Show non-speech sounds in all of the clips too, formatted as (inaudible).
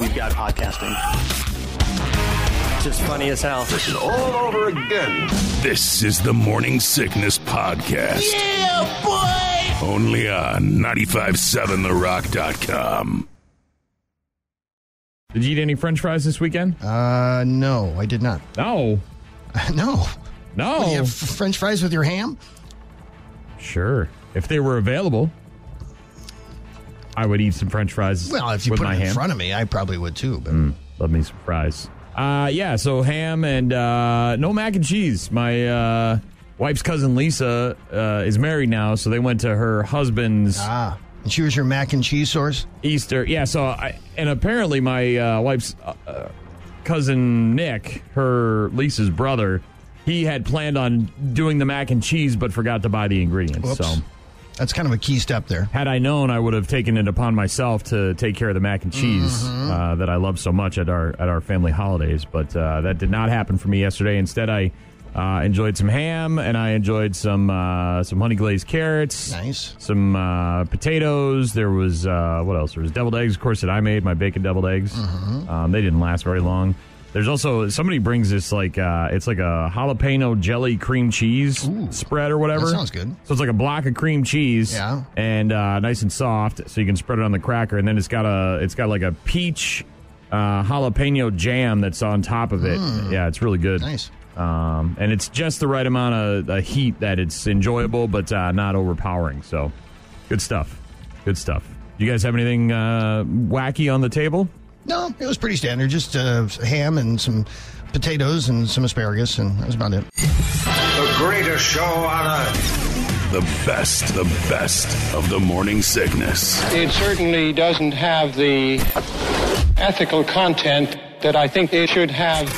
we've got podcasting. Just funny as hell. all over again. This is the Morning Sickness Podcast. Yeah, boy! Only on 957therock.com. Did you eat any french fries this weekend? Uh, no, I did not. No. (laughs) No. No. What, do you have f- French fries with your ham? Sure. If they were available, I would eat some french fries Well, if you with put my it in ham. Mm. front of me, I probably would too. But Love me some fries. Uh, yeah, so ham and uh, no mac and cheese. My uh, wife's cousin Lisa uh, is married now, so they went to her husband's ah, and she was your mac and cheese source. Easter. Yeah, so I and apparently my uh, wife's uh, uh, cousin Nick, her Lisa's brother, he had planned on doing the mac and cheese, but forgot to buy the ingredients. Whoops. So That's kind of a key step there. had I known, I would have taken it upon myself to take care of the mac and cheese Mm-hmm. uh, that I love so much at our at our family holidays. But uh, that did not happen for me yesterday. Instead, I. Uh, enjoyed some ham and I enjoyed some uh, some honey glazed carrots Nice. some uh, potatoes. There was uh, what else? There was deviled eggs, of course, that I made. My bacon deviled eggs. Mm-hmm. Um, they didn't last very long. There's also somebody brings this like uh, it's like a jalapeno jelly cream cheese spread or whatever. that sounds good. So it's like a block of cream cheese, Yeah. and uh, nice and soft, so you can spread it on the cracker, and then it's got a it's got like a peach uh, jalapeno jam that's on top of it. Yeah, it's really good. Nice. Um, and it's just the right amount of uh, heat that it's enjoyable, but uh, not overpowering. So, good stuff. Good stuff. You guys have anything uh, wacky on the table? No, it was pretty standard. Just uh, ham and some potatoes and some asparagus, and that was about it. The greatest show on earth. The best, the best of the Morning Sickness. It certainly doesn't have the ethical content that I think it should have.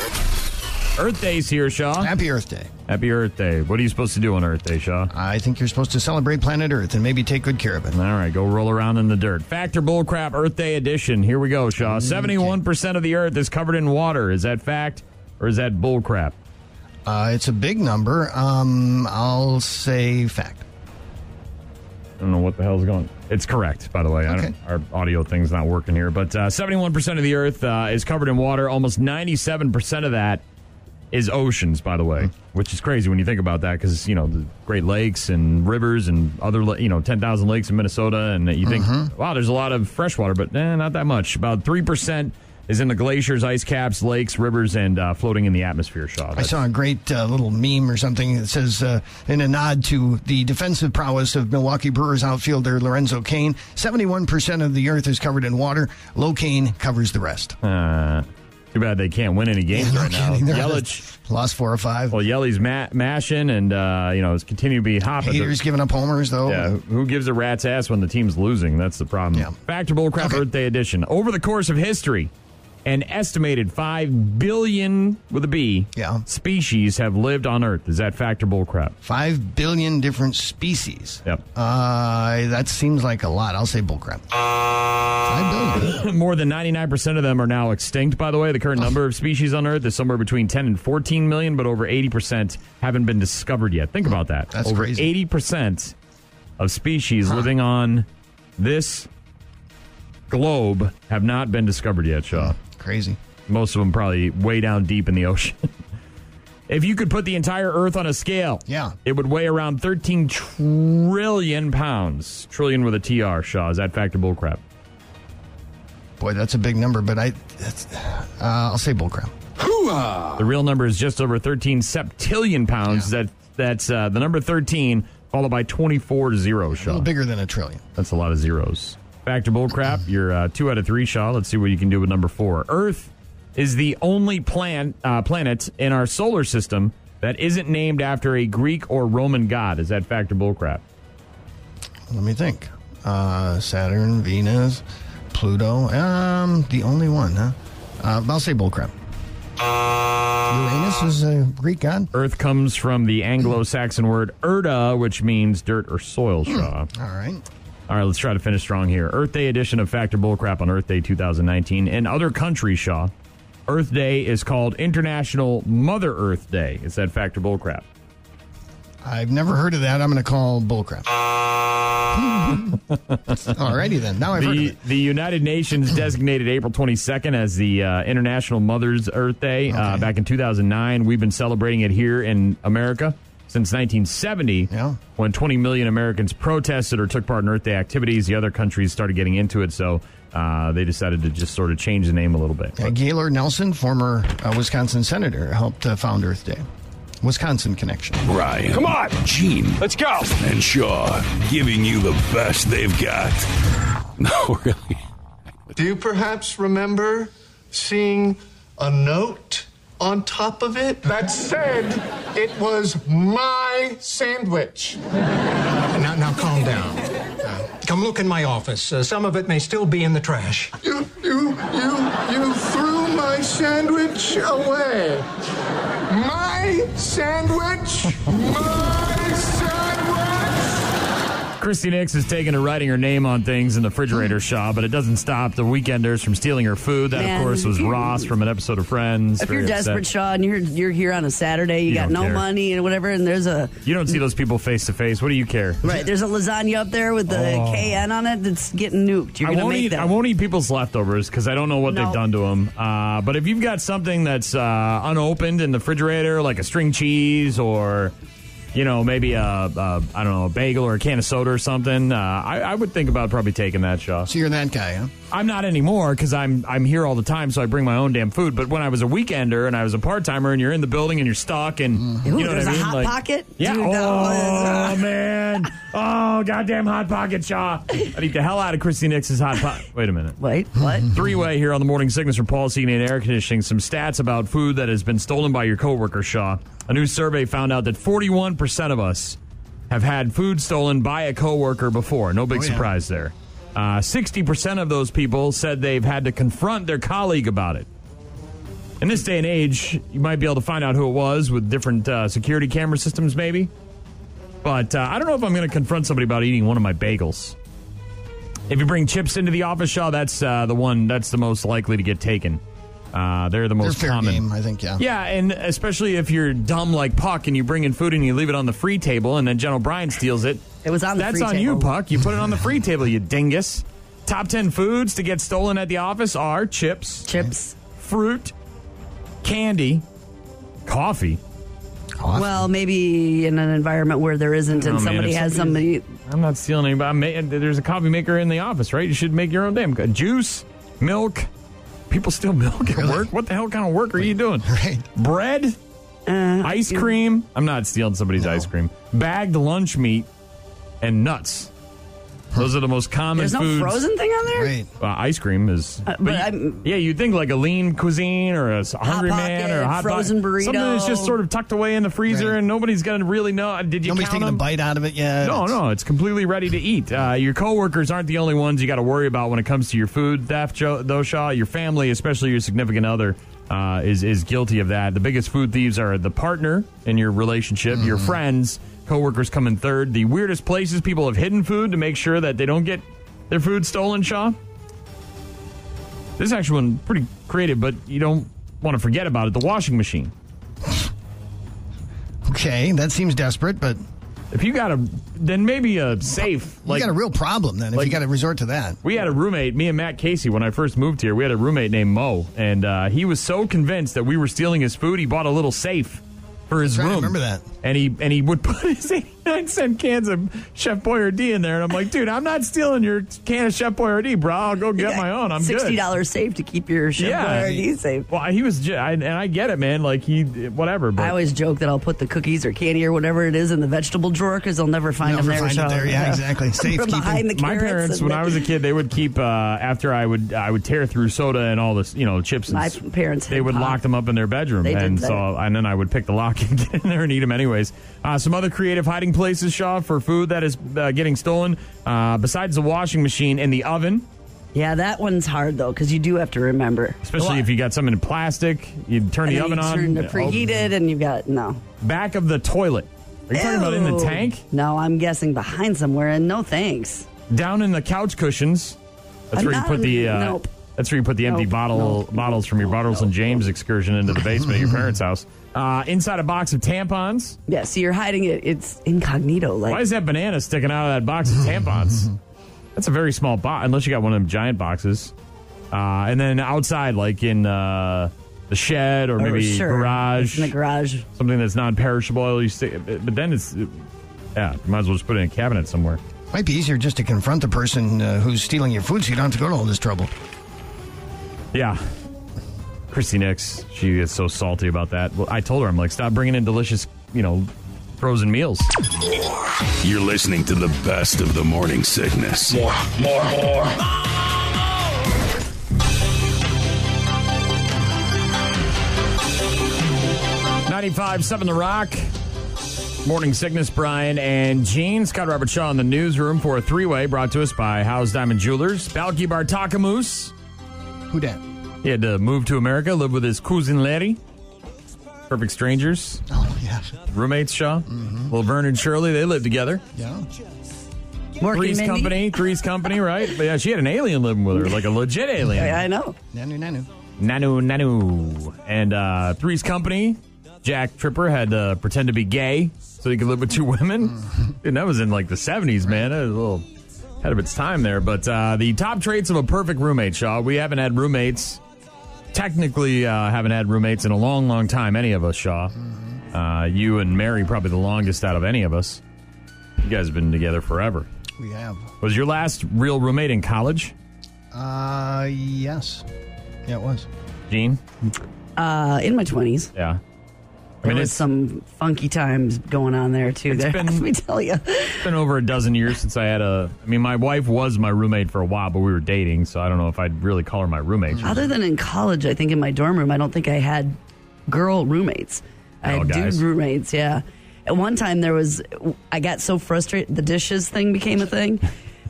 Earth Day's here, Shaw. Happy Earth Day. Happy Earth Day. What are you supposed to do on Earth Day, Shaw? I think you're supposed to celebrate planet Earth and maybe take good care of it. All right, go roll around in the dirt. Factor bullcrap Earth Day edition. Here we go, Shaw. Seventy-one percent of the Earth is covered in water. Is that fact or is that bullcrap? Uh, it's a big number. Um, I'll say fact. I don't know what the hell's going. It's correct, by the way. I Okay. don't, our audio thing's not working here, but uh, 71% of the Earth uh, is covered in water. Almost 97% of that is oceans, by the way, Hmm. which is crazy when you think about that because you know the Great Lakes and rivers and other la- you know 10,000 lakes in Minnesota, and you think, Mm-hmm. wow, there's a lot of freshwater, but eh, not that much. About three percent is in the glaciers, ice caps, lakes, rivers, and uh, floating in the atmosphere. Shaw, I That's- saw a great uh, little meme or something that says, uh, in a nod to the defensive prowess of Milwaukee Brewers outfielder Lorenzo Kane, 71% of the earth is covered in water. Low Kane covers the rest. uh, too bad they can't win any games No right kidding, now. they're Yelich. Oh, Lost four or five. Well, Yelly's ma- mashing and, uh, you know, it's continue to be hopping. Haters giving up homers, though. yeah, who gives a rat's ass when the team's losing? That's the problem. Yeah. Factor Bullcrap Okay. Earth Day Edition. Over the course of history, an estimated 5 billion, with a B, Yeah. species have lived on Earth. Is that Factor Bullcrap? Five billion different species. Yep. Uh, that seems like a lot. I'll say bullcrap. Five (clears throat) billion. More than 99% of them are now extinct, by the way. The current Oh. number of species on Earth is somewhere between 10 and 14 million, but over 80% haven't been discovered yet. Think about that. That's over crazy. 80% of species living on this globe have not been discovered yet, Shaw. Crazy. Most of them probably way down deep in the ocean. (laughs) if you could put the entire Earth on a scale, Yeah. it would weigh around 13 trillion pounds. Trillion with a TR, Shaw. Is that fact or bullcrap? Boy, that's a big number, but I, that's, uh, I'll say bullcrap. The real number is just over 13 septillion pounds. That that's uh, the number 13 followed by 24 zeros, A Shaw. little bigger than a trillion. that's a lot of zeros. Back to bullcrap. You're uh, two out of three, Shaw. Let's see what you can do with number four. Earth is the only plan, uh, planet in our solar system that isn't named after a Greek or Roman god. Is that fact or bullcrap? Let me think. Uh, Saturn, Venus, Pluto. Um, the only one, huh? Uh, I'll say bullcrap. Uranus is a Greek god. Earth comes from the Anglo-Saxon word "erda," which means dirt or soil, Shaw. All right. All right, let's try to finish strong here. Earth Day edition of Factor Bullcrap on Earth Day 2019. In other countries, Shaw, Earth Day is called International Mother Earth Day. Is that Factor Bullcrap? (laughs) I've never heard of that. I'm going to call bullcrap. Alrighty then. Now I've heard of The, it. the United (clears throat) Nations designated April 22nd as the uh, International Mother's Earth Day uh, Okay. back in 2009. We've been celebrating it here in America since 1970 Yeah. when 20 million Americans protested or took part in Earth Day activities. The other countries started getting into it, so uh, they decided to just sort of change the name a little bit. Uh, Gaylord Nelson, former uh, Wisconsin senator, helped uh, found Earth Day. Wisconsin connection. Ryan. Come on. Gene. Let's go. And Shaw giving you the best they've got. (laughs) No, really. Do you perhaps remember seeing a note on top of it that said it was my sandwich? Now, now calm down. Uh, come look in my office. Uh, some of it may still be in the trash. You, you, you, you threw my sandwich away. My sandwich? My sandwich? Christy Nix has taken to writing her name on things in the refrigerator shop, but it doesn't stop the weekenders from stealing her food. That, Mm. Man. of course, was Ross from an episode of Friends. If you're Very upset. desperate, Shaw, and you're you're here on a Saturday, you, You got don't no care. money and whatever, and there's a you don't see those people face to face. What do you care? right there's a lasagna up there with the KN on it that's getting nuked. You're Oh. I gonna won't, make eat, that. I won't eat people's leftovers because I don't know what No. they've done to them. Uh, but if you've got something that's uh, unopened in the refrigerator, like a string cheese or, you know, maybe a, a I don't know, a bagel or a can of soda or something, uh, I, I would think about probably taking that shot. So you're that guy, huh? I'm not anymore because I'm I'm here all the time, so I bring my own damn food. But when I was a weekender and I was a part timer, and you're in the building and you're stuck, and Mm-hmm. Ooh, you know there's what I a mean? Hot Pocket? Yeah. Dude, that oh was- uh, (laughs) man. Oh goddamn hot pocket, Shaw. I'd eat the hell out of Christy Nix's hot pocket. Wait a minute. Wait, Hmm. what? Three way here on the morning sickness from Paul Segan and Air Conditioning. Some stats about food that has been stolen by your coworker, Shaw. A new survey found out that 41% of us have had food stolen by a coworker before. No big Oh, yeah. surprise there. Uh, 60% of those people said they've had to confront their colleague about it. In this day and age, you might be able to find out who it was with different uh, security camera systems, maybe. But uh, I don't know if I'm going to confront somebody about eating one of my bagels. If you bring chips into the office, Shaw, that's uh, the one that's the most likely to get taken. Uh, they're the They're most fair common. game, I think, yeah. Yeah, and especially if you're dumb like Puck and you bring in food and you leave it on the free table and then General Bryan steals it. It was on the That's free on table. you, Puck. You put it on the (laughs) free table, you dingus. Top 10 foods to get stolen at the office are chips, Chips. fruit, candy, coffee. Well, maybe in an environment where there isn't, and Oh, man, somebody if has somebody- somebody. I'm not stealing anybody. I'm ma- there's a coffee maker in the office, right? You should make your own damn co- juice, milk. People steal milk at Really? work. What the hell kind of work are you doing? (laughs) Right. Bread, Uh, ice cream. I'm not stealing somebody's ice cream. Bagged lunch meat and nuts. Those are the most common There's no foods. frozen thing on there. Right. Uh, ice cream is, but you- I'm- yeah, you'd think like a lean cuisine or a s- hungry man Pocket, or a hot frozen pocket, burrito. something that's just sort of tucked away in the freezer Right. and nobody's gonna really know. Did you Nobody's count taking them? a bite out of it yet. No, It's- no, it's completely ready to eat. Uh, your coworkers aren't the only ones you got to worry about when it comes to your food theft, Joe, though, Shaw. Your family, especially your significant other, uh, is is guilty of that. The biggest food thieves are the partner in your relationship, your friends. Coworkers come in third. The weirdest places people have hidden food to make sure that they don't get their food stolen, Shaw. This actual one pretty creative, but you don't want to forget about it. The washing machine. Okay, that seems desperate, but If you got a, then maybe a safe. you got a real problem then if like- you got to resort to that. We had a roommate, me and Matt Casey, when I first moved here. We had a roommate named Mo, and uh, he was so convinced that we were stealing his food, he bought a little safe for his That's right, I room. remember that. And he and he would (laughs) put his eighty-nine cent cans of Chef Boyardee in there, and I'm like, dude, I'm not stealing your can of Chef Boyardee, bro. I'll go get my own. I'm sixty good. dollars safe to keep your shit Yeah. already safe. Well, he was, ju- I, and I get it, man. Like he, whatever. But I always joke that I'll put the cookies or candy or whatever it is in the vegetable drawer because they'll never find Never them there. find it Sean. there, (laughs) yeah, exactly. From Safekeeping. behind the my carrots parents, and when the- I was a kid, they would keep uh, after I would I would tear through soda and all this, you know, chips. And My s- parents they had would pop. lock them up in their bedroom, They did and that. so and then I would pick the lock (laughs) and get in there and eat them anyways. Uh, some other creative hiding places, Shaw, for food that is uh, getting stolen. Uh, besides the washing machine and the oven, yeah, that one's hard though because you do have to remember. especially if you got something in plastic, you'd turn And the then oven you on. Oh, turn to preheat it, and you've got no. Back of the toilet. Are you talking about in the Ew. tank? No, I'm guessing behind somewhere, and no thanks. Down in the couch cushions. That's I'm where you not- put the uh, nope. That's where you put the empty No, bottle bottles from your bottles and James excursion into the basement of (laughs) your parents' house. Uh, inside a box of tampons. Yeah, so you're hiding it. It's incognito. Like Why is that banana sticking out of that box of (laughs) tampons? That's a very small box, unless you got one of them giant boxes. Uh, and then outside, like in uh, the shed or Oh, maybe sure. It's garage, in the garage. something that's non-perishable. You stick, but then it's yeah, you might as well just put it in a cabinet somewhere. Might be easier just to confront the person uh, who's stealing your food so you don't have to go to all this trouble. Yeah. Christy Nix, she is so salty about that. Well, I told her, I'm like, stop bringing in delicious, you know, frozen meals. You're listening to the best of the morning sickness. More, more, more. Ninety-five, seven, The Rock. Morning sickness, Brian and Gene. Scott Robert Shaw in the newsroom for a three way brought to us by Howe's Diamond Jewelers. Balky Bartakamoose. Who dat? He had to move to America, live with his cousin Larry. Perfect strangers. Oh, yeah. Roommates, Shaw. Well, Vern and Shirley, they live together. Yeah. Working Three's Mindy. Company, Three's Company, right? But yeah, she had an alien living with her, like a legit alien. I, I know. Nanu, nanu. Nanu Nanu. And uh, Three's Company, Jack Tripper had to pretend to be gay so he could live with two women. And that was in like the 70s, man. That was a little ahead of its time there. But uh, the top traits of a perfect roommate, Shaw. We haven't had roommates. Technically, uh, haven't had roommates in a long, long time, any of us, Shaw. Uh, you and Mary, probably the longest out of any of us. You guys have been together forever. We have. Was your last real roommate in college, Uh, yes. Yeah, it was. Gene? Uh, in my 20s. Yeah. I There mean, was it's some funky times going on there, too. There, (laughs) been- let me tell you. It's been over a dozen years since I had a. I mean, my wife was my roommate for a while, but we were dating, so I don't know if I'd really call her my roommate. Other than in college, I think in my dorm room, I don't think I had girl roommates. I Oh, had guys. dude roommates, yeah. At one time, there was, I got so frustrated, the dishes thing became a thing.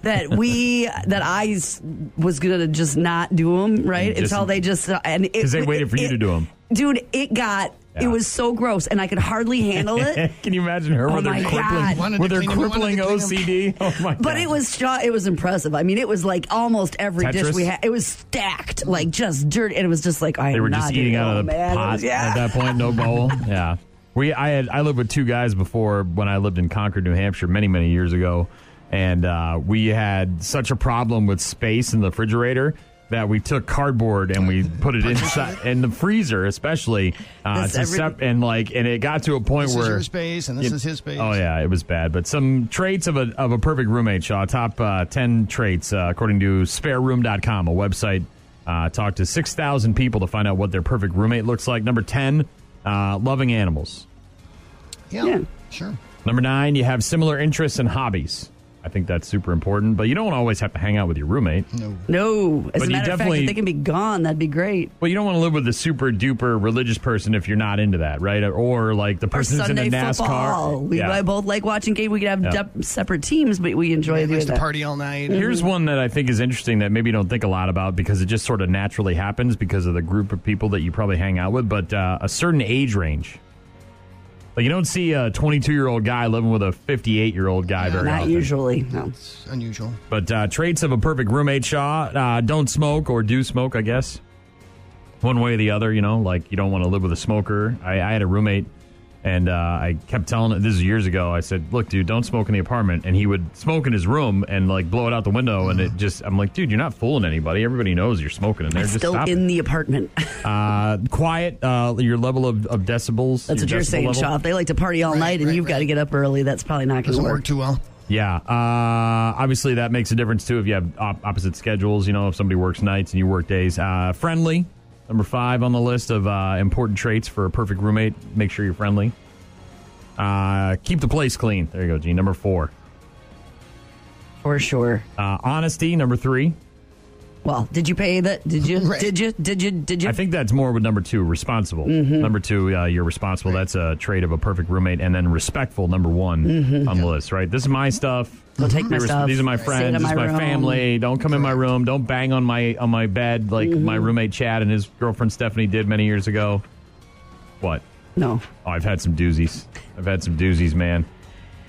That we, that I s- was gonna just not do them right And just- until they just and Because they waited for you to do 'em. dude. It got Yeah. it was so gross, and I could hardly handle (laughs) it. Can you imagine her Oh with her my God. crippling, Wanted with to her clean 'em, wanted to crippling clean 'em. OCD? Oh my! But God. it was stra- it was impressive. I mean, it was like almost every Tetris? dish we had. It was stacked, like just dirt, and it was just like I. They am were not just eating doing- out oh, of the man, it pot was- yeah. at that point. No bowl. yeah. We I had I lived with two guys before when I lived in Concord, New Hampshire, many many years ago, and uh, we had such a problem with space in the refrigerator. That we took cardboard and we put it inside in the freezer, especially uh, This to every- sep- and like and it got to a point This where is your space, and this Yeah. is his space. Oh yeah, it was bad. But some traits of a of a perfect roommate, Shaw. Top uh, ten traits uh, according to SpareRoom.com, a website. Uh, talked to six thousand people to find out what their perfect roommate looks like. Number ten, uh, loving animals. Yeah. Yeah. Sure. Number nine, you have similar interests and hobbies. I think that's super important. But you don't always have to hang out with your roommate. No, But as a you matter of fact, definitely- if they can be gone, that'd be great. Well, you don't want to live with the super duper religious person if you're not into that, right? Or like the Or person's Sunday into NASCAR. football. We Yeah. I both like watching game. We could have Yeah. dep- separate teams, but we enjoy He doing likes to that. party all night. Here's one that I think is interesting that maybe you don't think a lot about because it just sort of naturally happens because of the group of people that you probably hang out with, but uh, a certain age range. Like you don't see a 22 year old guy living with a 58 year old guy very Not often. usually. No. It's unusual. But uh, traits of a perfect roommate, Shaw: uh, don't smoke or do smoke. I guess one way or the other. You know, like you don't want to live with a smoker. I, I had a roommate, and uh, I kept telling it. This is years ago. I said, "Look, dude, don't smoke in the apartment." And he would smoke in his room and like blow it out the window. And it just, I'm like, dude, you're not fooling anybody. Everybody knows you're smoking in there. It's just still stop in it. the apartment. (laughs) uh, quiet. Uh, your level of, of decibels. That's your what you're decibel saying, level. Shaw. If they like to party all Right, night and right, you've got to right. get up early, that's probably not going to Doesn't work. work too well. Yeah. Uh, obviously, that makes a difference too if you have op- opposite schedules. You know, if somebody works nights and you work days. Uh, friendly, number five on the list of uh, important traits for a perfect roommate. Make sure you're friendly. Uh, keep the place clean. There you go, Gene. Number four. For sure. Uh, honesty, number three. Well, did you pay that? Did you? Right. Did you? Did you? Did you? I think that's more with number two, responsible. Mm-hmm. Number two, uh, you're responsible. That's a trait of a perfect roommate. And then respectful, number one Mm-hmm. on the list, right? This is my stuff. I'll take my You're res- stuff. These are my Sit in friends. This is my room. family. Don't come in my room. Don't bang on my on my bed like Mm-hmm. my roommate Chad and his girlfriend Stephanie did many years ago. What? No. Oh, I've had some doozies. I've had some doozies, man.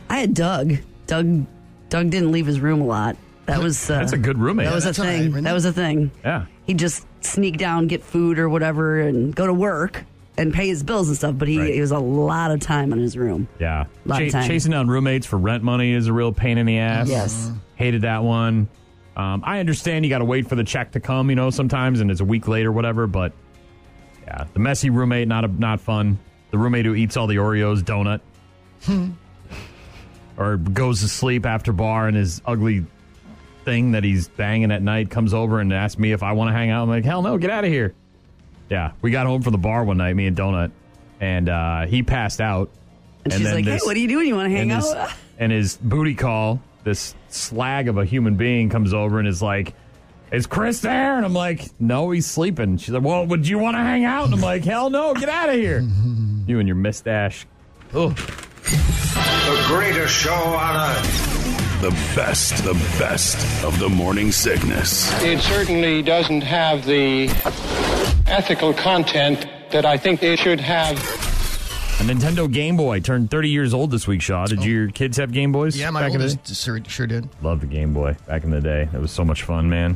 I had Doug. Doug. Doug didn't leave his room a lot. That was uh, That's a good roommate. That was a that's all right, thing. right? that was a thing. yeah. he'd just sneak down, get food or whatever, and go to work and pay his bills and stuff. But he, it was a lot of time in his room. Yeah. Lot of time. Chasing down roommates for rent money is a real pain in the ass. Yes. Hated that one. Um, I understand you got to wait for the check to come, you know, sometimes, and it's a week late or whatever. But yeah, the messy roommate not a, not fun. The roommate who eats all the Oreos (laughs) donut, or goes to sleep after bar, and his ugly thing that he's banging at night comes over and asks me if I want to hang out. I'm like, hell no, get out of here. Yeah, we got home from the bar one night, me and Donut, and uh, he passed out. And, she's then like, this- hey, what are you doing? You want to hang and out? (laughs) his- and his booty call, this slag of a human being comes over and is like, Is Chris there? And I'm like, No, he's sleeping. She's like, Well, would you want to hang out? And I'm like, Hell no, get out of here. you and your mustache. Oh, The greatest show on earth. The best, the best of the morning sickness. It certainly doesn't have the ethical content that I think it should have. a Nintendo Game Boy turned 30 years old this week, Shaw. Did your kids have Game Boys? Yeah, my back in the day? oldest sure, sure did. Loved the Game Boy back in the day. That was so much fun, man.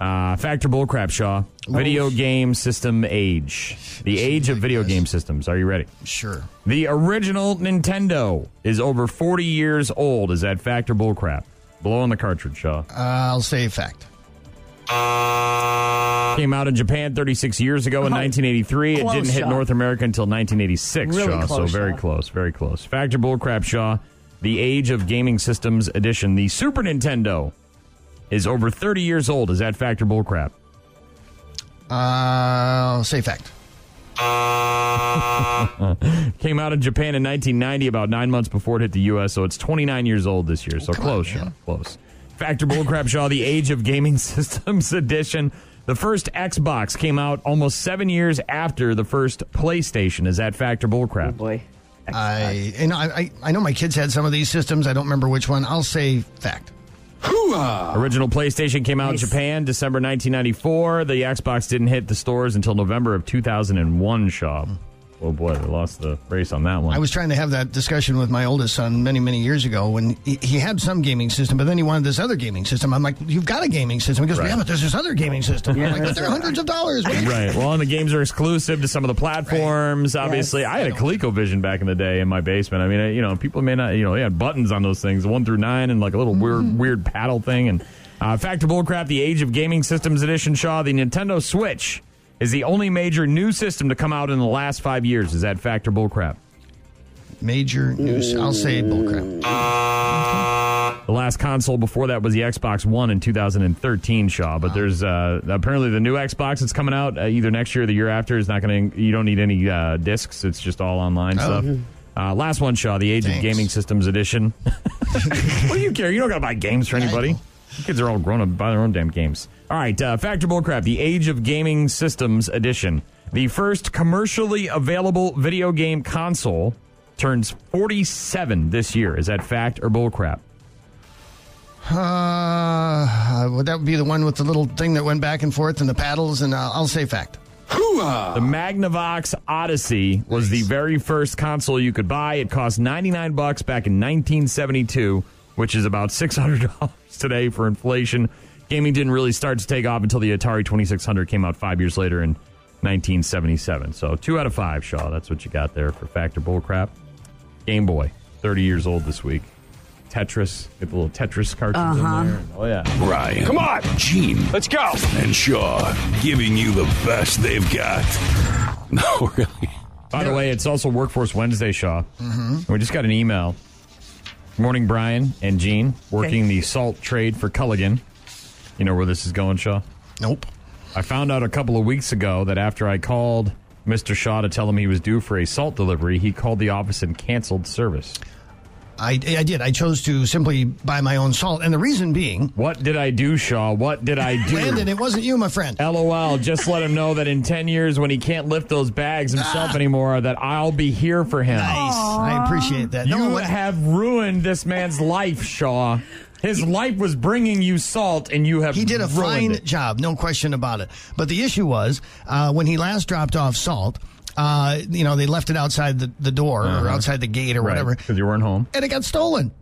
Uh, Factor bullcrap, Shaw. Video game system age. The age of video game systems. Are you ready? Sure. The original Nintendo is over 40 years old. Is that fact or bullcrap? Blow on the cartridge, Shaw. Uh, I'll say fact. Came out in Japan 36 years ago (laughs) in 1983. Uh, Close, it didn't hit Shaw. North America until 1986, Really Shaw. so close, very Shaw. close, very close. Fact or bullcrap, Shaw. The Age of Gaming Systems Edition. The Super Nintendo is over 30 years old. Is that fact or bullcrap? Uh, I'll say fact. Came out in Japan in 1990, about nine months before it hit the U.S., so it's 29 years old this year. So close, Shaw. Close. Factor Bullcrap Shaw, the Age of Gaming (laughs) Systems Edition. The first Xbox came out almost seven years after the first PlayStation. Is that Factor Bullcrap? Oh, Boy. I and I, I I know my kids had some of these systems. I don't remember which one. I'll say fact. Original PlayStation came out Nice. in Japan December 1994. The Xbox didn't hit the stores until November of 2001, Shaw. Oh boy, they lost the race on that one. I was trying to have that discussion with my oldest son many, many years ago when he, he had some gaming system, but then he wanted this other gaming system. I'm like, you've got a gaming system. He goes, yeah, but there's this other gaming system. I'm like, but they're hundreds of dollars. What do you- Right. Well, and the games are exclusive to some of the platforms. Obviously, I had a ColecoVision back in the day in my basement. I mean, I, you know, people may not, you know, they had buttons on those things, one through nine, and like a little weird, weird paddle thing. And uh, fact of bullcrap, the Age of Gaming Systems Edition, Shaw, the Nintendo Switch is the only major new system to come out in the last five years. Is that fact or bullcrap? Major news. I'll say bullcrap. The last console before that was the Xbox One in 2013, Shaw. But there's uh, apparently the new Xbox that's coming out uh, either next year or the year after is not going to. You don't need any uh, discs. It's just all online stuff. Uh, last one, Shaw. The Age of Oh. Thanks. Gaming Systems Edition. (laughs) what do you care? You don't got to buy games for Yeah, I anybody. know. You kids are all grown up and buy their own damn games. All right, uh, Factor Bullcrap, the Age of Gaming Systems Edition. The first commercially available video game console turns 47 this year. Is that fact or bullcrap? Uh, would that be the one with the little thing that went back and forth and the paddles? And uh, I'll, I'll say fact. The Magnavox Odyssey was the very first console you could buy. It cost 99 bucks back in 1972, which is about (laughs) $600 today for inflation. Gaming didn't really start to take off until the Atari 2600 came out 5 years later in 1977. So, 2 out of 5, Shaw. That's what you got there for factor bullcrap. Game Boy, 30 years old this week. Tetris, get the little Tetris cartridge in there. Oh yeah. Ryan. Come on. Gene. Let's go. And Shaw giving you the best they've got. (laughs) No, really. By the way, it's also Workforce Wednesday, Shaw. Mm-hmm. We just got an email. Morning, Brian and Gene, working the salt trade for Culligan. You know where this is going, Shaw? Nope. I found out a couple of weeks ago that after I called Mr. Shaw to tell him he was due for a salt delivery, he called the office and canceled service. I, I did. I chose to simply buy my own salt. And the reason being, What did I do, Shaw? What did I do? Landon, it wasn't you, my friend. LOL, just let him know that in 10 years, when he can't lift those bags himself anymore, that I'll be here for him. Nice. I appreciate that. You what- have ruined this man's life, Shaw. His life was bringing you salt, and you have He did a ruined fine it. job, no question about it. But the issue was uh, when he last dropped off salt, uh, you know, they left it outside the, the door Uh-huh. or outside the gate or whatever, because you weren't home. and it got stolen.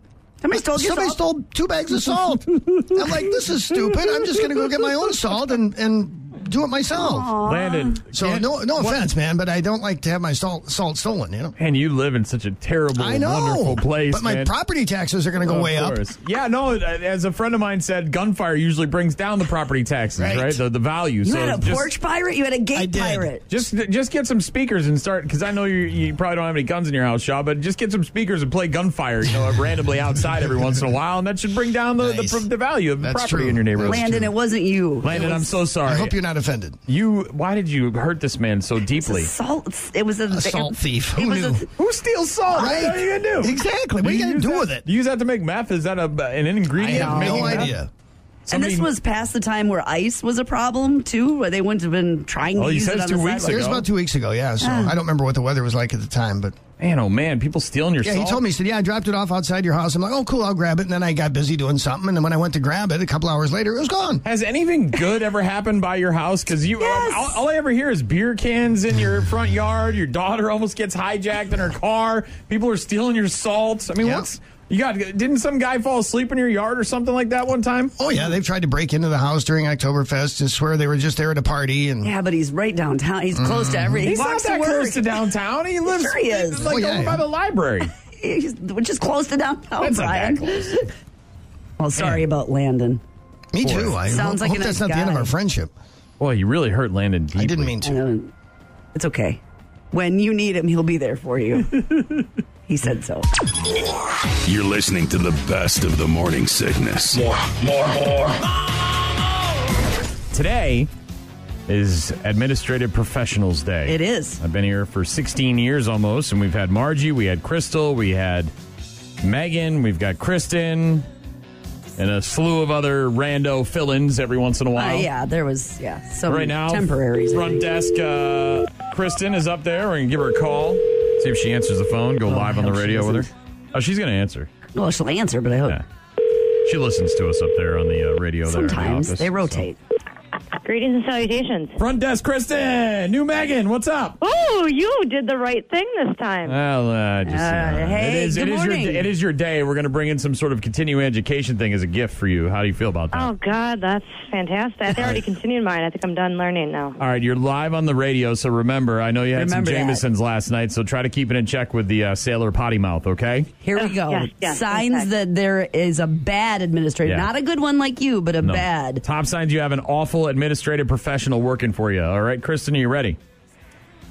Somebody stole your Somebody (laughs) salt? stole two bags of salt. I'm like, this is stupid. I'm just going to go get my own salt and, and do it myself. Aw. Landon, So can't- no, no what- offense, man, but I don't like to have my salt, salt stolen. You know. And you live in such a terrible, I know. wonderful place. But my man. property taxes are going to go Of way up. course. Yeah, no. it- As a friend of mine said, gunfire usually brings down the property taxes, right? Right. The the value. You so had a just, porch pirate. You had a gate did. pirate. Just just get some speakers and start because I know you you probably don't have any guns in your house, Shaw, but just get some speakers and play gunfire, you know, randomly outside every once in a while, and that should bring down the Nice. the, the value of the That's property true. in your neighborhood. That's Landon, true. it wasn't you. Landon, It I'm was so sorry. I hope you're not offended. you. Why did you hurt this man so deeply? Salt. It was a, A salt thief. It Who was knew? A, Who steals salt? Right. What are you gonna do? Exactly. What are you gonna use do that- with it? You use that to make meth? Is that a, an I ingredient? have in making no meth? idea. and Somebody- this was past the time where ice was a problem too, where they wouldn't have been trying Well, to Oh, you use said it it's on two the weeks It sidewalk. was ago. about two weeks ago. Yeah. So I don't remember what the weather was like at the time, but man. Oh man, people stealing your yeah, salt. he told me. He said, "Yeah, I dropped it off outside your house." I'm like, "Oh, cool. I'll grab it." And then I got busy doing something, and then when I went to grab it, a couple hours later, it was gone. Has anything good ever happened by your house? Because you, um, Yes. all, all I ever hear is beer cans in your front yard. Your daughter almost gets hijacked in her car. People are stealing your salt. I mean, Yeah. what's you got? Didn't some guy fall asleep in your yard or something like that one time? Oh yeah, they've tried to break into the house during Oktoberfest and swear they were just there at a party. And Yeah, but he's right downtown. He's close to every. Mm-hmm. He He's not walks that to work. close to downtown. He lives Sure he is. like Oh, yeah, over by yeah. the library. He's just close to downtown, That's not Brian. that close. Well, sorry about Landon. me too. I Sounds ho- like hope a that's nice not the end of guy. our friendship. Well, you really hurt Landon deeply. I didn't mean I to. know. It's okay. When you need him, he'll be there (laughs) for you. he said so. You're listening to the best of the morning sickness. More, more, more. Today is Administrative Professionals Day. It is. I've been here for 16 years almost, and we've had Margie, we had Crystal, we had Megan, we've got Kristen, and a slew of other rando fill ins every once in a Uh, while. yeah, there was yeah some Right now, temporaries. front desk uh, Kristen is up there. We're going to give her a call, see if she answers the phone, go Oh, live I on the hope she radio with her. doesn't. Oh, she's going to answer. Well, she'll answer, but I hope Yeah. She listens to us up there on the uh, radio there in the sometimes office, they so. rotate. Greetings and salutations. Front desk Kristen, new Megan, what's up? Oh, you did the right thing this time. Well, uh, just, Uh, you know, hey, it is, good it is your morning. it is your day. We're going to bring in some sort of continuing education thing as a gift for you. How do you feel about that? oh, God, that's fantastic. I (laughs) already continued mine. I think I'm done learning now. All right, you're live on the radio, so remember, I know you had Remember some that. Jamesons last night, so try to keep it in check with the uh, sailor potty mouth, okay? Here we go. Oh, yes, yes, Signs exactly. that there is a bad administrator, Yeah. not a good one like you, but a No. bad. Top signs you have an awful administrative professional working for you. All right, Kristen, are you ready?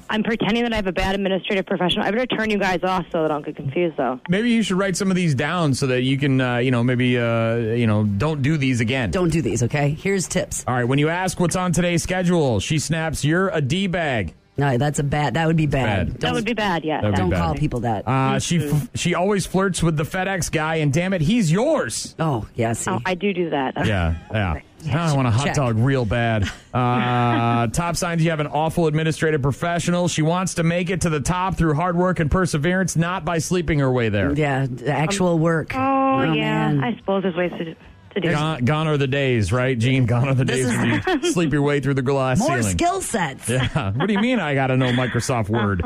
I'm pretending that I have a bad administrative professional. I better turn you guys off so that I don't get confused, though. Maybe you should write some of these down so that you can, uh, you know, maybe, uh, you know, don't do these again. Don't do these, okay? Here's tips. All right, when you ask what's on today's schedule, she snaps, "You're a d bag." No, that's a bad. That would be bad. Bad. That would be bad, yes. That would be Don't bad. call people that. Mm-hmm. Uh, she f- she always flirts with the FedEx guy, and damn it, he's (laughs) yours. oh yeah, see. Oh, I do do that. Yeah, yeah. I want a hot check. dog real bad. (laughs) Uh, top signs you have an awful administrative professional. She wants to make it to the top through hard work and perseverance, not by sleeping her way there. yeah, the actual work. Oh, yeah. man. I suppose there's ways to, to do it. Gone, gone are the days, right, Gene? Gone are the days when (laughs) you sleep your way through the glass More ceiling. skill sets. (laughs) Yeah. What do you mean I got to know Microsoft Word?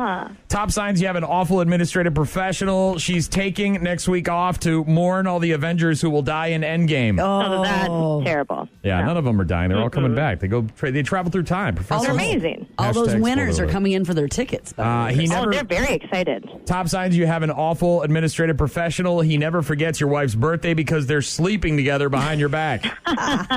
Top signs you have an awful administrative professional. She's taking next week off to mourn all the Avengers who will die in Endgame. Oh, So Oh, that's terrible. Yeah, none of them are dying. They're all coming back. They go. Tra- they travel through time. Professor, They're Oh. amazing. All those Hashtag winners spoiler are alert. coming in for their tickets. Uh, he Oh, never they're very excited. top signs. You have an awful administrative professional. He never forgets your wife's birthday because they're sleeping together behind your back. (laughs)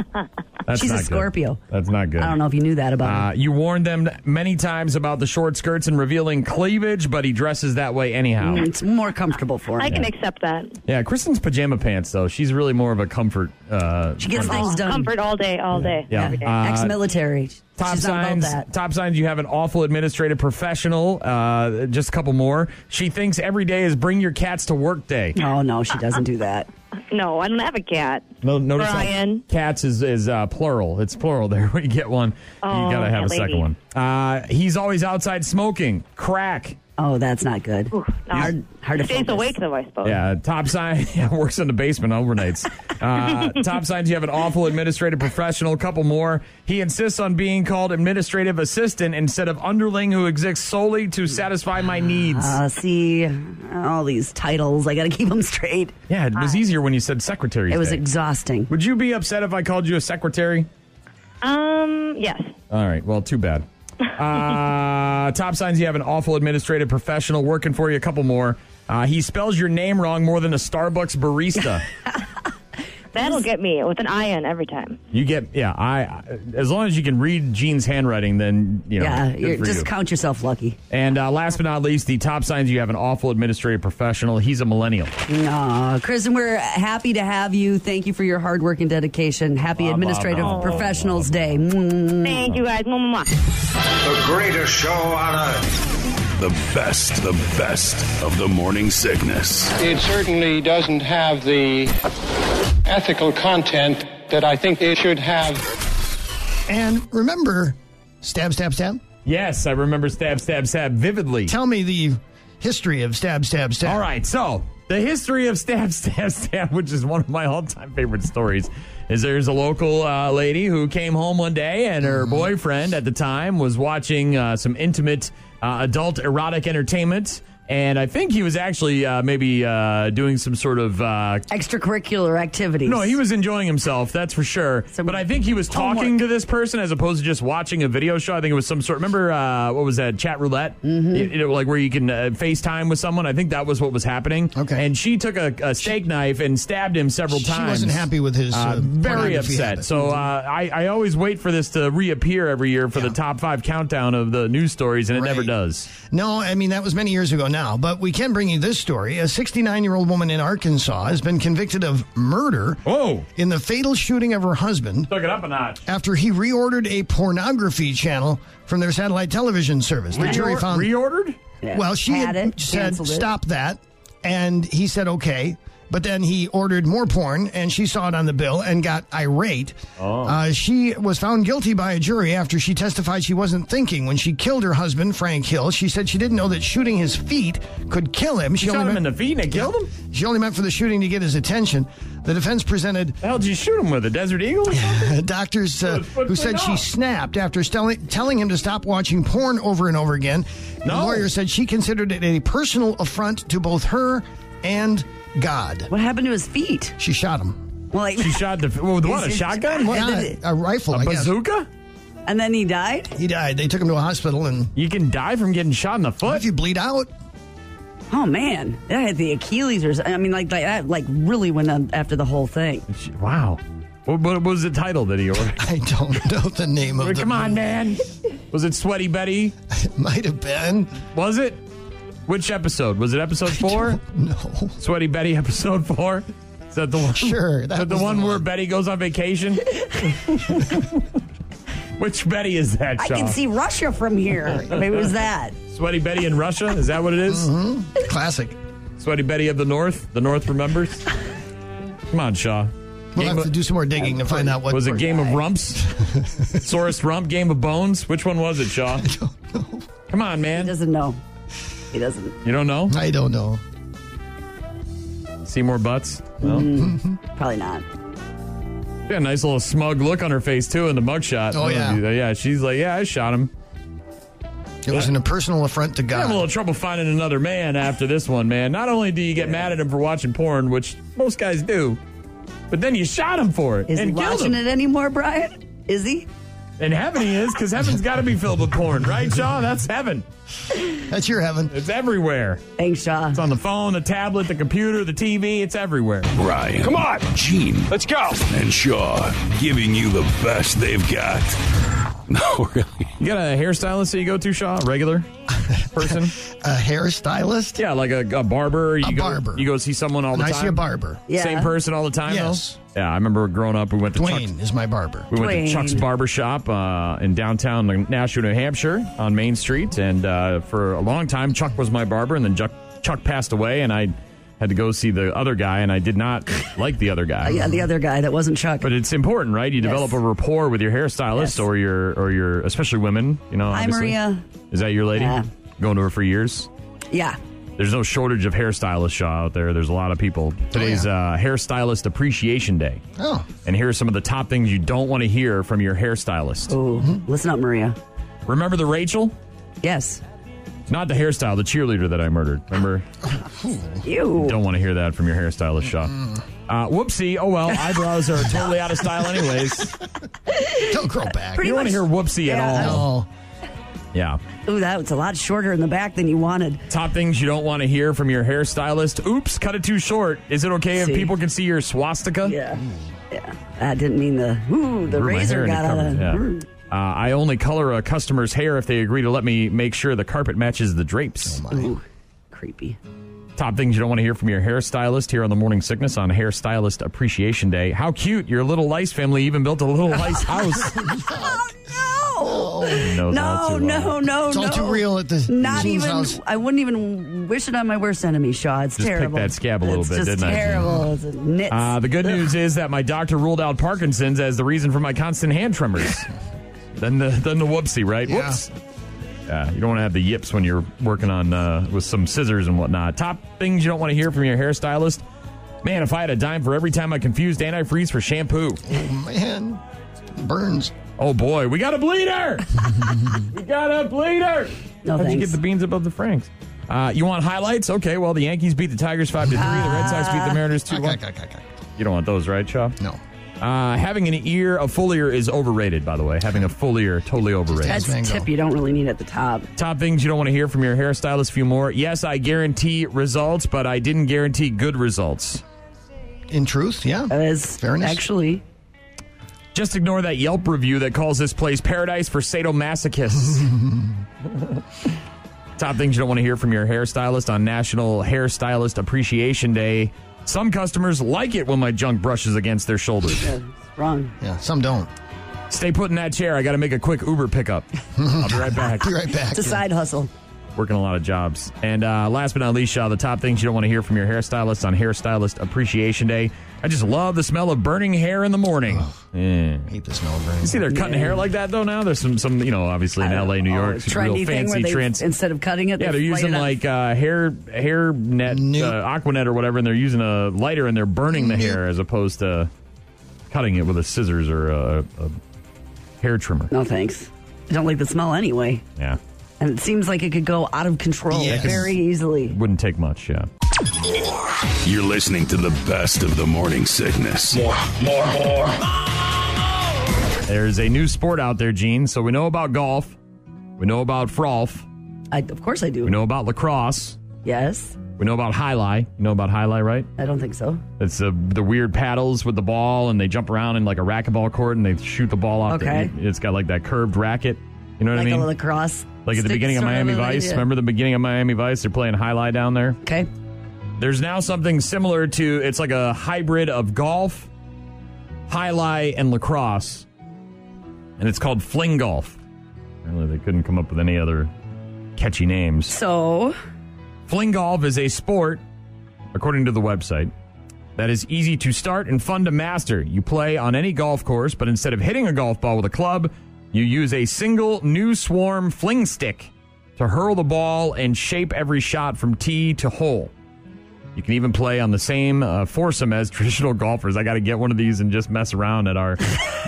That's She's a not good. Scorpio. That's not good. I don't know if you knew that Uh, about you warned them many times about the short skirts and revealing cleavage, but he dresses that way anyhow. him. Mm, It's more comfortable for I him. can accept that. Yeah, Kristen's pajama pants though. She's really more of a comfort. Uh, She gets friend. things done. Comfort all day, all day. Yeah. every day. Uh, Ex-military. Top She's signs. Not about that. Top signs. You have an awful administrative professional. Uh, just a couple more. She thinks every day is bring your cats to work (laughs) day. No, Oh, no, she doesn't do that. no, I don't have a cat. No, notice how Brian. cats is is uh, plural. It's plural. There, (laughs) when you get one, you Oh, gotta have a that second lady. one. Uh, he's always outside smoking crack. Oh, that's not good. Hard, hard to Stays focus. awake though, I Uh, suppose. Yeah, top sign. (laughs) Yeah, works in the basement overnights. Uh, top signs. You have an awful administrative professional. A couple more. He insists on being called administrative assistant instead of underling who exists solely to satisfy my needs. Uh, see, all these titles. I got to (laughs) keep them straight. yeah, it was easier when you said secretary. It was today. exhausting. Would you be upset if I called you a secretary? Um, yes. All right. Well, too bad. Uh, top signs you have an awful administrative professional working for you. A couple more. Uh, he spells your name wrong more than a Starbucks barista. That'll get me with an I in every time. you get yeah. I as long as you can read Gene's handwriting, then you know. yeah, good you're, for just you. count yourself lucky. And uh, last but not least, the top signs you have an awful administrative professional. He's a millennial. No, Kristen, we're happy to have you. Thank you for your hard work and dedication. Happy Blah, blah, Administrative blah, blah, Professionals Day. Thank you guys. Mwah, mwah, mwah. The greatest show on earth. The best, the best of the morning sickness. It certainly doesn't have the ethical content that I think it should have. And remember, stab, stab, stab. Yes, I remember stab, stab, stab vividly. Tell me the history of stab, stab, stab. All right, so the history of stab, (laughs) stab, stab, which is one of my all-time favorite stories, is there's a local uh, lady who came home one day and Mm-hmm. her boyfriend at the time was watching uh, some intimate uh, adult erotic entertainment, and I think he was actually uh, maybe uh, doing some sort of uh, Extracurricular activities. No, he was enjoying himself, that's for sure. but I think he was talking to this person as opposed to just watching a video show. I think it was some sort. Remember uh, what was that chat roulette? Mm-hmm. You- you know, like where you can uh, FaceTime with someone. I think that was what was happening. Okay, and she took a, a steak knife and stabbed him several She times. wasn't happy with his. Uh, Uh, very pornography upset. habit. So uh, I, I always wait for this to reappear every year for the top five countdown of the news stories, and it never does. No, I mean, that was many years ago now, but we can bring you this story. A 69 year old woman in Arkansas has been convicted of murder Oh. in the fatal shooting of her husband Took it up a notch. after he reordered a pornography channel from their satellite television service. The jury Reor- found. reordered. Well, she had said, canceled it. stop that. And he said, okay. But then he ordered more porn, and she saw it on the bill and got irate. Oh. Uh, she was found guilty by a jury after she testified she wasn't thinking when she killed her husband, Frank Hill. She said she didn't know that shooting his feet could kill him. She shot him in the feet and it killed him? She only meant for the shooting to get his attention. The defense presented. hell did you shoot him with? A Desert Eagle? (laughs) Doctors uh, foot who said thing she off. snapped after telling, telling him to stop watching porn over and over again. The lawyer said she considered it a personal affront to both her and God. What happened to his feet? She shot him. Well, like, She shot the well, with what? A Is it- shotgun? What? Yeah, a rifle. A I guess. bazooka? (laughs) And then he died? He died. They took him to a hospital and. You can die from getting shot in the foot if you bleed out. Oh man, that had the Achilles or I mean, like like that, like really went on after the whole thing. Wow. What, what was the title that he (laughs) ordered? I don't know the name of the Come on, man. Was it Sweaty Betty? It (laughs) might have been. Was it? Which episode? Was it episode four? (laughs) No. Sweaty Betty episode four? Is that the one? Sure, Is that that the was the one where Betty goes on (laughs) vacation? Which Betty is that, I can Sean? see Russia from here. Maybe it was that. Sweaty Betty in Russia? Is that what it is? Uh-huh. Classic. Sweaty Betty of the North? The North remembers? (laughs) Come on, Shaw. We'll Game have of- to do some more digging to find out what was it porn- Game of (laughs) Rumps? Saurus Rump, Game of Bones? Which one was it, Shaw? Come on, man. He doesn't know. He doesn't. You don't know? I don't know. See more butts? No. Probably not. She had a nice little smug look on her face, too, in the mugshot. Oh, yeah. Yeah, she's like, yeah, I shot him. It was an personal affront I to have a God. little trouble finding another man after this one, man. Not only do you get mad at him for watching porn, which most guys do, but then you shot him for it Is he and killed watching him. it anymore, Brian? Is he? In heaven he is, because heaven's got to be filled with porn, right, Shaw? That's heaven. That's your heaven. It's everywhere. Thanks, Shaw. It's on the phone, the tablet, the computer, the TV. It's everywhere. Ryan. Come on. Gene. Let's go. And Shaw giving you the best they've got. (laughs) No, really. You got a hairstylist that you go to, Shaw? (laughs) Regular person? A hairstylist? yeah, like a, a barber. You A go, barber. You go see someone all the I time. see a barber. Yeah. Same person all the time. Yes. Though? Yeah, I remember growing up. We went to Chuck's. Dwayne is my barber. We went to Dwayne. Chuck's Barber Shop uh, in downtown Nashua, New Hampshire, on Main Street, and uh, for a long time, Chuck was my barber, and then Chuck, Chuck passed away, and I had to go see the other guy, and I did (laughs) not like the other guy. Yeah, the other guy that wasn't Chuck. But it's important, right? You develop Yes. a rapport with your hairstylist Yes. or your or your especially women. You know, Hi, obviously. Maria. Is that your lady? Yeah. Going to her for years. yeah. There's no shortage of hairstylists Shaw, out there. There's a lot of people. Today's Oh, uh, hairstylist appreciation day, Oh, and here are some of the top things you don't want to hear Oh. from your hairstylist. Ooh. Listen up, Maria. Remember the Rachel? Yes. Not the hairstyle, the cheerleader that I murdered. Remember? You don't want to hear that from your hairstylist, Shaw. Uh, whoopsie. Oh well, eyebrows are totally out of style, (laughs) anyways. Don't grow back. you don't want to hear whoopsie at all. Yeah. Ooh, that was a lot shorter in the back than you wanted. Top things you don't want to hear from your hairstylist. Oops, cut it too short. Is it okay if See. people can see your swastika? Yeah. I didn't mean the ooh, the Grew my hair razor and it got out covered- of yeah. ooh. Uh, I only color a customer's hair if they agree to let me make sure the carpet matches the drapes. Ooh, creepy. Top things you don't want to hear from your hairstylist here on the Morning Sickness on Hairstylist Appreciation Day. How cute! Your little lice family even built a little (laughs) lice house. oh No, no! it's No, all too no, long. no, It's all too real at the Not Zoom's even. house. I wouldn't even wish it on my worst enemy, Shaw. It's Just picked terrible. that scab a little It's bit, just didn't I? terrible. It's nits. Uh, the good news is that my doctor ruled out Parkinson's as the reason for my constant hand tremors. then the then the whoopsie, right? Yeah. Whoops. Yeah, you don't want to have the yips when you're working on uh, with some scissors and whatnot. Top things you don't want to hear from your hairstylist. Man, if I had a dime for every time I confused antifreeze for shampoo. Oh, man. Burns. Oh boy, we got a (laughs) bleeder. we got a bleeder. No How'd you thanks. get the beans above the Franks? Uh, you want highlights? Okay, well the Yankees beat the Tigers five to three. The Red Sox beat the Mariners two one. You don't want those, right, Chop? No. Uh, having an ear, a full ear is overrated, by the way. Having a full ear, totally overrated. That's a mango. tip you don't really need at the top. Top things you don't want to hear from your hairstylist, few more. Yes, I guarantee results, but I didn't guarantee good results. In truth, yeah. That is Fairness. actually Just ignore that Yelp review that calls this place paradise for sadomasochists. (laughs) Top things you don't want to hear from your hairstylist on National Hairstylist Appreciation Day. Some customers like it when my junk brushes against their shoulders. uh, wrong. Yeah, some don't. Stay put in that chair. I got to make a quick Uber pickup. (laughs) I'll be right back. Be right (laughs) back. It's a side hustle. working a lot of jobs. And uh, last but not least, Shaw, the top things you don't want to hear from your hairstylist on Hairstylist Appreciation Day. I just love the smell of burning hair in the morning. Oh, Yeah. I hate the smell of burns. See, they're cutting hair like that though. Now there's some, some, you know, obviously in L.A., New York, Oh, some real trendy thing where fancy they, trans. instead of cutting it, Yeah, they they're light using it up. like uh, hair hair net, Nope. uh, aquanet or whatever, and they're using a lighter and they're burning the hair as opposed to cutting it with a scissors or a, a hair trimmer. No thanks. I don't like the smell anyway, Yeah, and it seems like it could go out of control Yeah, 'cause- very easily. wouldn't take much. Yeah. You're listening to the best of the morning sickness. More, more, more. There's a new sport out there, Gene. So we know about golf. We know about frolf. I, of course, I do. We know about lacrosse. Yes, We know about high lie. You know about high lie, right? I don't think so. It's the the weird paddles with the ball, and they jump around in like a racquetball court, and they shoot the ball off. Okay. The, it's got like that curved racket. You know what like I mean? a lacrosse. like at the stick beginning of sort Miami an Vice. idea. Remember the beginning of Miami Vice? They're playing high lie down there. Okay. There's now something similar to it's like a hybrid of golf, high lie, and lacrosse, and it's called fling golf. Apparently, they couldn't come up with any other catchy names. So Fling golf is a sport, according to the website, that is easy to start and fun to master. You play on any golf course, but instead of hitting a golf ball with a club, you use a single new swarm fling stick to hurl the ball and shape every shot from tee to hole. You can even play on the same uh, foursome as (laughs) traditional golfers. I got to get one of these and just mess around at (laughs) our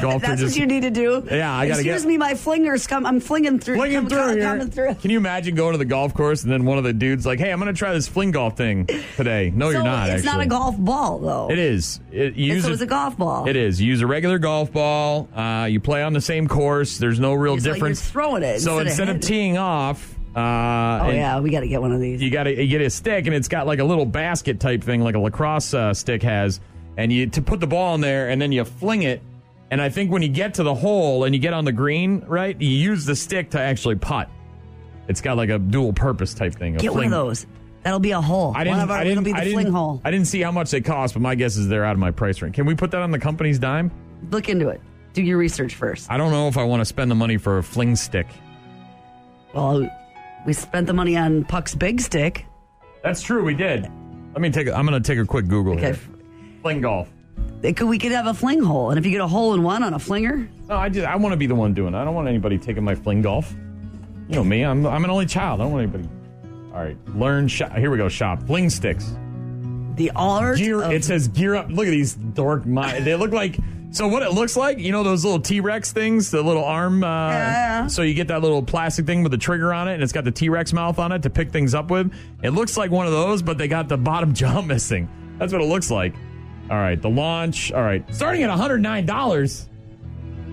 golf. that's just what you need to do. Yeah, I gotta Excuse get- me, my flingers come. I'm flinging through. flinging come- through come- here. coming through. Can you imagine going to the golf course and then one of the dudes like, "Hey, I'm going to try this fling golf thing today." (laughs) No, so you're not. It's actually. not a golf ball though. It is. It, you And use so it's a golf ball. It is. You use a regular golf ball. Uh, you play on the same course. There's no real It's like difference. you're throwing it So instead instead of of, hitting. teeing off, uh, Oh and yeah, we got to get one of these. you got to get a stick, and it's got like a little basket type thing, like a lacrosse uh, stick has, and you to put the ball in there, and then you fling it. And I think when you get to the hole and you get on the green, right, you use the stick to actually putt. It's got like a dual purpose type thing. a Get one fling- of those. That'll be a hole. I didn't. one of our, I didn't. It'll be the I fling didn't. hole. I didn't see how much they cost, but my guess is they're out of my price range. Can we put that on the company's dime? Look into it. Do your research first. I don't know if I want to spend the money for a fling stick. Well, we spent the money on Puck's big stick. That's true. We did. Let me take. A, I'm going to take a quick Google. Okay. here. Fling golf. It could, we could have a fling hole, and if you get a hole in one on a flinger, No, I just. I want to be the one doing. it. I don't want anybody taking my fling golf. You know me. I'm. I'm an only child. I don't want anybody. All right. Learn. Shop. Here we go. Shop. Fling sticks. the art. Gear. of- It says gear up. Look at these dork. My. They look like. So what it looks like, you know those little T-Rex things, the little arm. Uh, So you get that little plastic thing with a trigger on it, and it's got the T-Rex mouth on it to pick things up with. It looks like one of those, but they got the bottom (laughs) jaw missing. That's what it looks like. All right, the launch. All right, starting at one hundred nine dollars.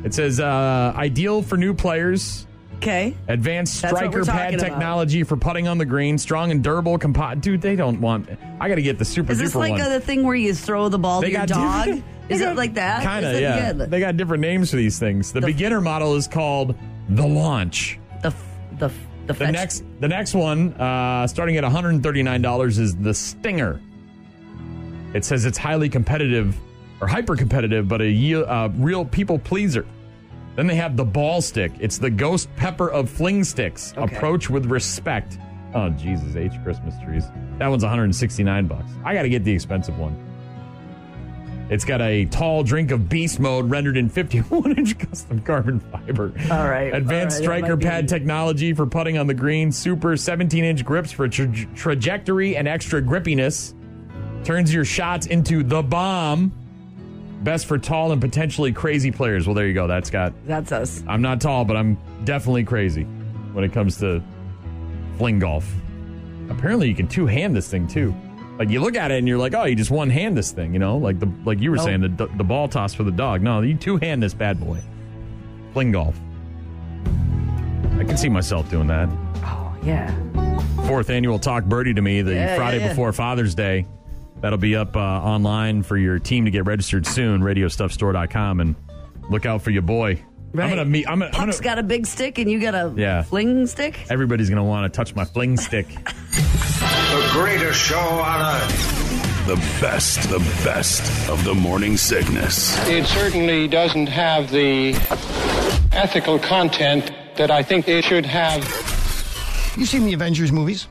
It says uh, ideal for new players. Okay. Advanced That's what striker we're pad talking about. technology for putting on the green, strong and durable. Compo- Dude, they don't want. I got to get the super Is this duper like one. uh, the thing where you throw the ball They to your got (laughs) dog? different- (laughs) Is it like that? Kind Is of, it- yeah. the- They got different names for these things. The, beginner model is called the launch. The the the, fetch- next the next one, uh, starting at one hundred and thirty nine dollars, is the stinger. It says it's highly competitive or hyper competitive, but a ye- uh, real people pleaser. Then they have the ball stick. It's the ghost pepper of fling sticks. Okay. Approach with respect. Oh Jesus, H Christmas trees. That one's one hundred and sixty nine bucks. I got to get the expensive one. It's got a tall drink of beast mode rendered in 51 inch custom carbon fiber. All right. Advanced all right, that striker might be- pad technology for putting on the green. Super 17 inch grips for tra- trajectory and extra grippiness. Turns your shots into the bomb. Best for tall and potentially crazy players. Well, there you go. That's got. That's us. I'm not tall, but I'm definitely crazy when it comes to fling golf. Apparently, you can two hand this thing too. Like you look at it and you're like, oh, you just one hand this thing, you know? Like the like you were Oh. Nope. saying the d- the ball toss for the dog. No, you two hand this bad boy. Fling golf. I can see myself doing that. Oh, Yeah. Fourth annual Talk Birdie to Me, the Yeah, yeah, Friday yeah. before Father's Day. That'll be up uh, online for your team to get registered soon. RadioStuffStore.com and look out for your boy. I'm gonna meet. I'm gonna. I'm Puck's gonna got a big stick and you got a Yeah. fling stick. everybody's gonna want to touch my fling stick. The greatest show on earth. The best, the best of the morning sickness. It certainly doesn't have the ethical content that I think it should have. You've seen the Avengers movies.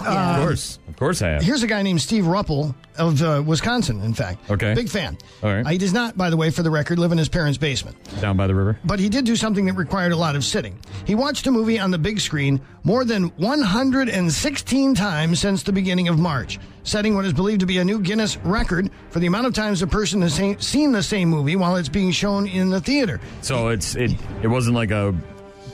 of Um, course, of course, I have. Here's a guy named Steve Ruppel of uh, Wisconsin, in fact. Okay. Big fan. All right. Uh, he does not, by the way, for the record, live in his parents' basement. down by the river. But he did do something that required a lot of sitting. He watched a movie on the big screen more than 116 times since the beginning of March, setting what is believed to be a new Guinness record for the amount of times a person has sa- seen the same movie while it's being shown in the theater. So it's it. It wasn't like a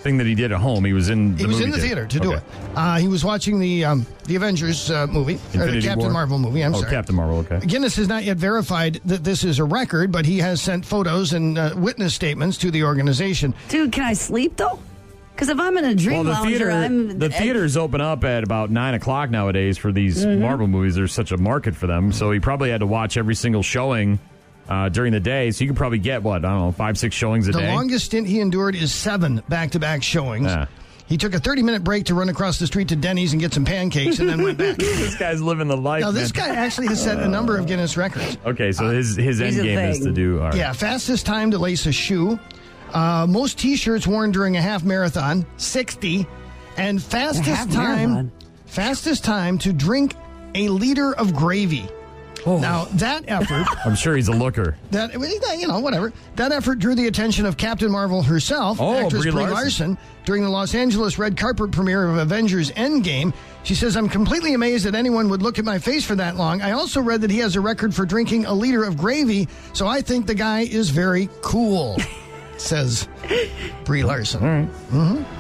thing that he did at home. He was in. The He was movie in the theater to do Okay. it. Uh, he was watching the um, the Avengers uh, movie, or the Infinity Captain War? Marvel movie. I'm oh, sorry. Captain Marvel. Okay. Guinness has not yet verified that this is a record, but he has sent photos and uh, witness statements to the organization. Dude, can I sleep though? Because if I'm in a dream Well, the lounger, theater I'm the theaters open up at about nine o'clock nowadays for these Mm-hmm. Marvel movies. There's such a market for them, so he probably had to watch every single showing uh, during the day. So you could probably get what I don't know, five six showings a The day. longest stint he endured is seven back to back showings. He took a 30 minute break to run across the street to Denny's and get some pancakes and then went (laughs) back. this guy's living the life. now, this man. guy actually has set a number of Guinness records. Okay, so his his end he's a game is thing. to do. All right. Yeah, fastest time to lace a shoe. Uh, most T-shirts worn during a half marathon, sixty, and fastest half time, marathon? fastest time to drink a liter of gravy. Now that effort, Oh. I'm sure he's a looker. that you know, whatever that effort drew the attention of Captain Marvel herself, Oh, actress Brie Brie Larson. Larson. during the Los Angeles red carpet premiere of Avengers: Endgame. She says, "I'm completely amazed that anyone would look at my face for that long." I also read that he has a record for drinking a liter of gravy, so I think the guy is very cool. (laughs) says Brie Larson.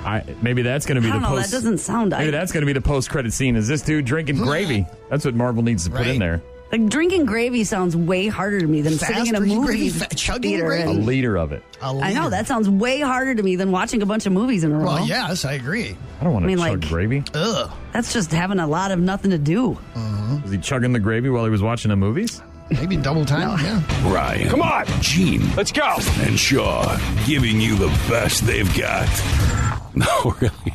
I, maybe that's going to be the I don't know, that post. doesn't sound- Maybe I- that's going to be the post credit scene. Is this dude drinking gravy? That's what Marvel needs to put in there. like drinking gravy sounds way harder to me than Fast sitting in a drinking movie gravy, fa- chugging theater. gravy. A and- liter of it. I know that sounds way harder to me than watching a bunch of movies in a row. Well, yes, I agree. I don't want to I mean, chug like- gravy. Ugh. That's just having a lot of nothing to do. Was he chugging the gravy while he was watching the movies? Maybe double time. Yeah. Ryan. Come on. Gene. Let's go. And Shaw giving you the best they've got. (laughs) No, really.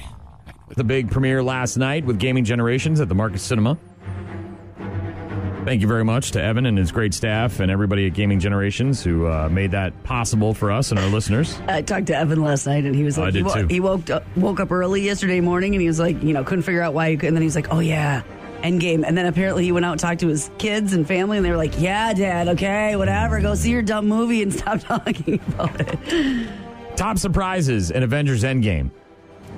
The big premiere last night with Gaming Generations at the Marcus Cinema. Thank you very much to Evan and his great staff and everybody at Gaming Generations who uh, made that possible for us and our listeners. I talked to Evan last night, and he was Oh, I like, he, did too. he woke up, woke up early yesterday morning, and he was like, you know, couldn't figure out why. He could, and then he was like, oh yeah, Endgame. And then apparently he went out and talked to his kids and family, and they were like, yeah, Dad, okay, whatever, go see your dumb movie and (laughs) stop talking about it. Top surprises in Avengers Endgame,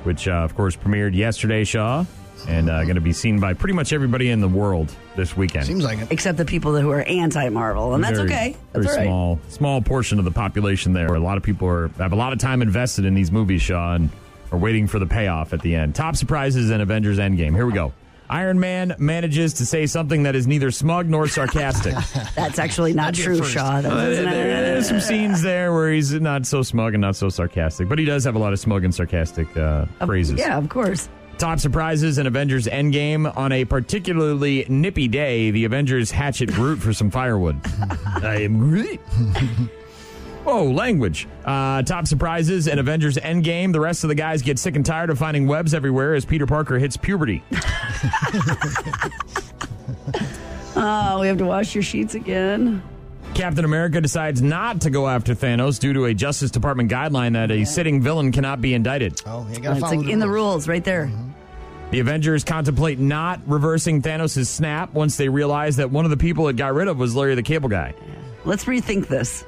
which, uh, of course, premiered yesterday, Shaw. and uh, going to be seen by pretty much everybody in the world this weekend. Seems like it. Except the people that- who are anti Marvel, and that's Very- okay. Very That's all right. small, small portion of the population there. Where a lot of people are have a lot of time invested in these movies, Shaw, and are waiting for the payoff at the end. Top surprises in Avengers Endgame. Here we go. Iron Man manages to say something that is neither smug nor (laughs) sarcastic. That's actually not true, Shaw. That Uh, wasn't- there- there's some scenes there where he's not so smug and not so sarcastic, but he does have a lot of smug and sarcastic uh, phrases. yeah, of course. Top surprises in Avengers Endgame. On a particularly nippy day, the Avengers hatchet Groot for some firewood. (laughs) I am Groot. (laughs) Whoa, language. Uh, top surprises in Avengers Endgame. The rest of the guys get sick and tired of finding webs everywhere as Peter Parker hits (laughs) puberty. Oh, we have to wash your sheets again. Captain America decides not to go after Thanos due to a Justice Department guideline that a sitting villain cannot be indicted. Oh, you it's like in the rules Mm-hmm. right there. The Avengers contemplate not reversing Thanos' snap once they realize that one of the people it got rid of was Larry the Cable Guy. Let's rethink this.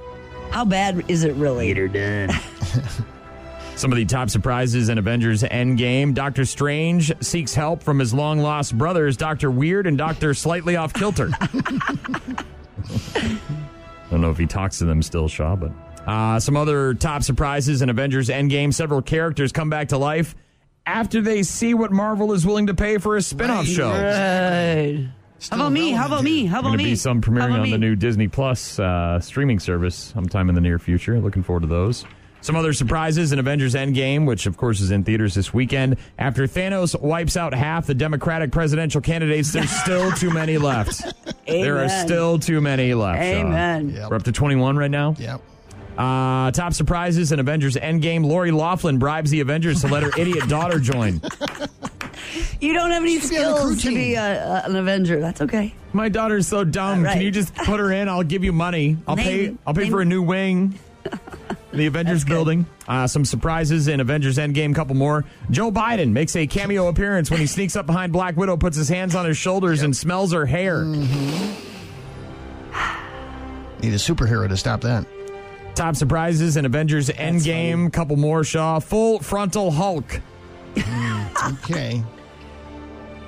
How bad is it really? Some of the top surprises in Avengers Endgame Doctor Strange seeks help from his long lost brothers, Doctor Weird and Doctor Slightly Off Kilter. I don't know if he talks to them still, Shaw, but. Uh, some other top surprises in Avengers Endgame several characters come back to life after they see what Marvel is willing to pay for a spin off show. Right. How about me? How about me? How about going to me? be some How premiering about on the me? new Disney Plus uh, streaming service sometime in the near future. Looking forward to those. Some other surprises in Avengers Endgame, which of course is in theaters this weekend. After Thanos wipes out half the Democratic presidential candidates, there's (laughs) still too many left. There are Amen. still too many left. Sean. Amen. Yep. We're up to 21 right now. Yep. Uh, top surprises in Avengers Endgame. Lori Laughlin bribes the Avengers to let her idiot daughter join. You don't have any should be on the crew skills to be team. a, a- an Avenger. That's okay. My daughter's so dumb. Right. Can you just put her in? I'll give you money. I'll pay. Name- I'll pay name- for a new (laughs) wing. The Avengers building. Uh, some surprises in Avengers Endgame. Couple more. Joe Biden makes a cameo appearance (laughs) when he sneaks up behind Black Widow, puts his hands on her shoulders, and smells her hair. Mm. Need a superhero to stop (laughs) that. Top surprises in Avengers Endgame. Couple more. Shaw. Full frontal Hulk. Okay.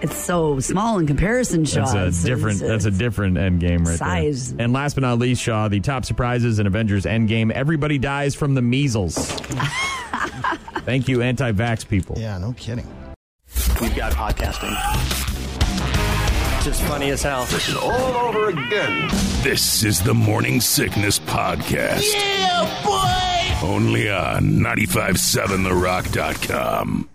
It's so small in comparison, Shaw. That's a It's- different. it's- that's a different Endgame right Size. there. And last but not least, Shaw. The top surprises in Avengers Endgame. Everybody dies from the measles. Thank you, anti-vax people. Yeah, no kidding. We've got podcasting. Just funny as hell. This is all over again. This is the Morning Sickness Podcast. Yeah, boy! Only on 957therock.com.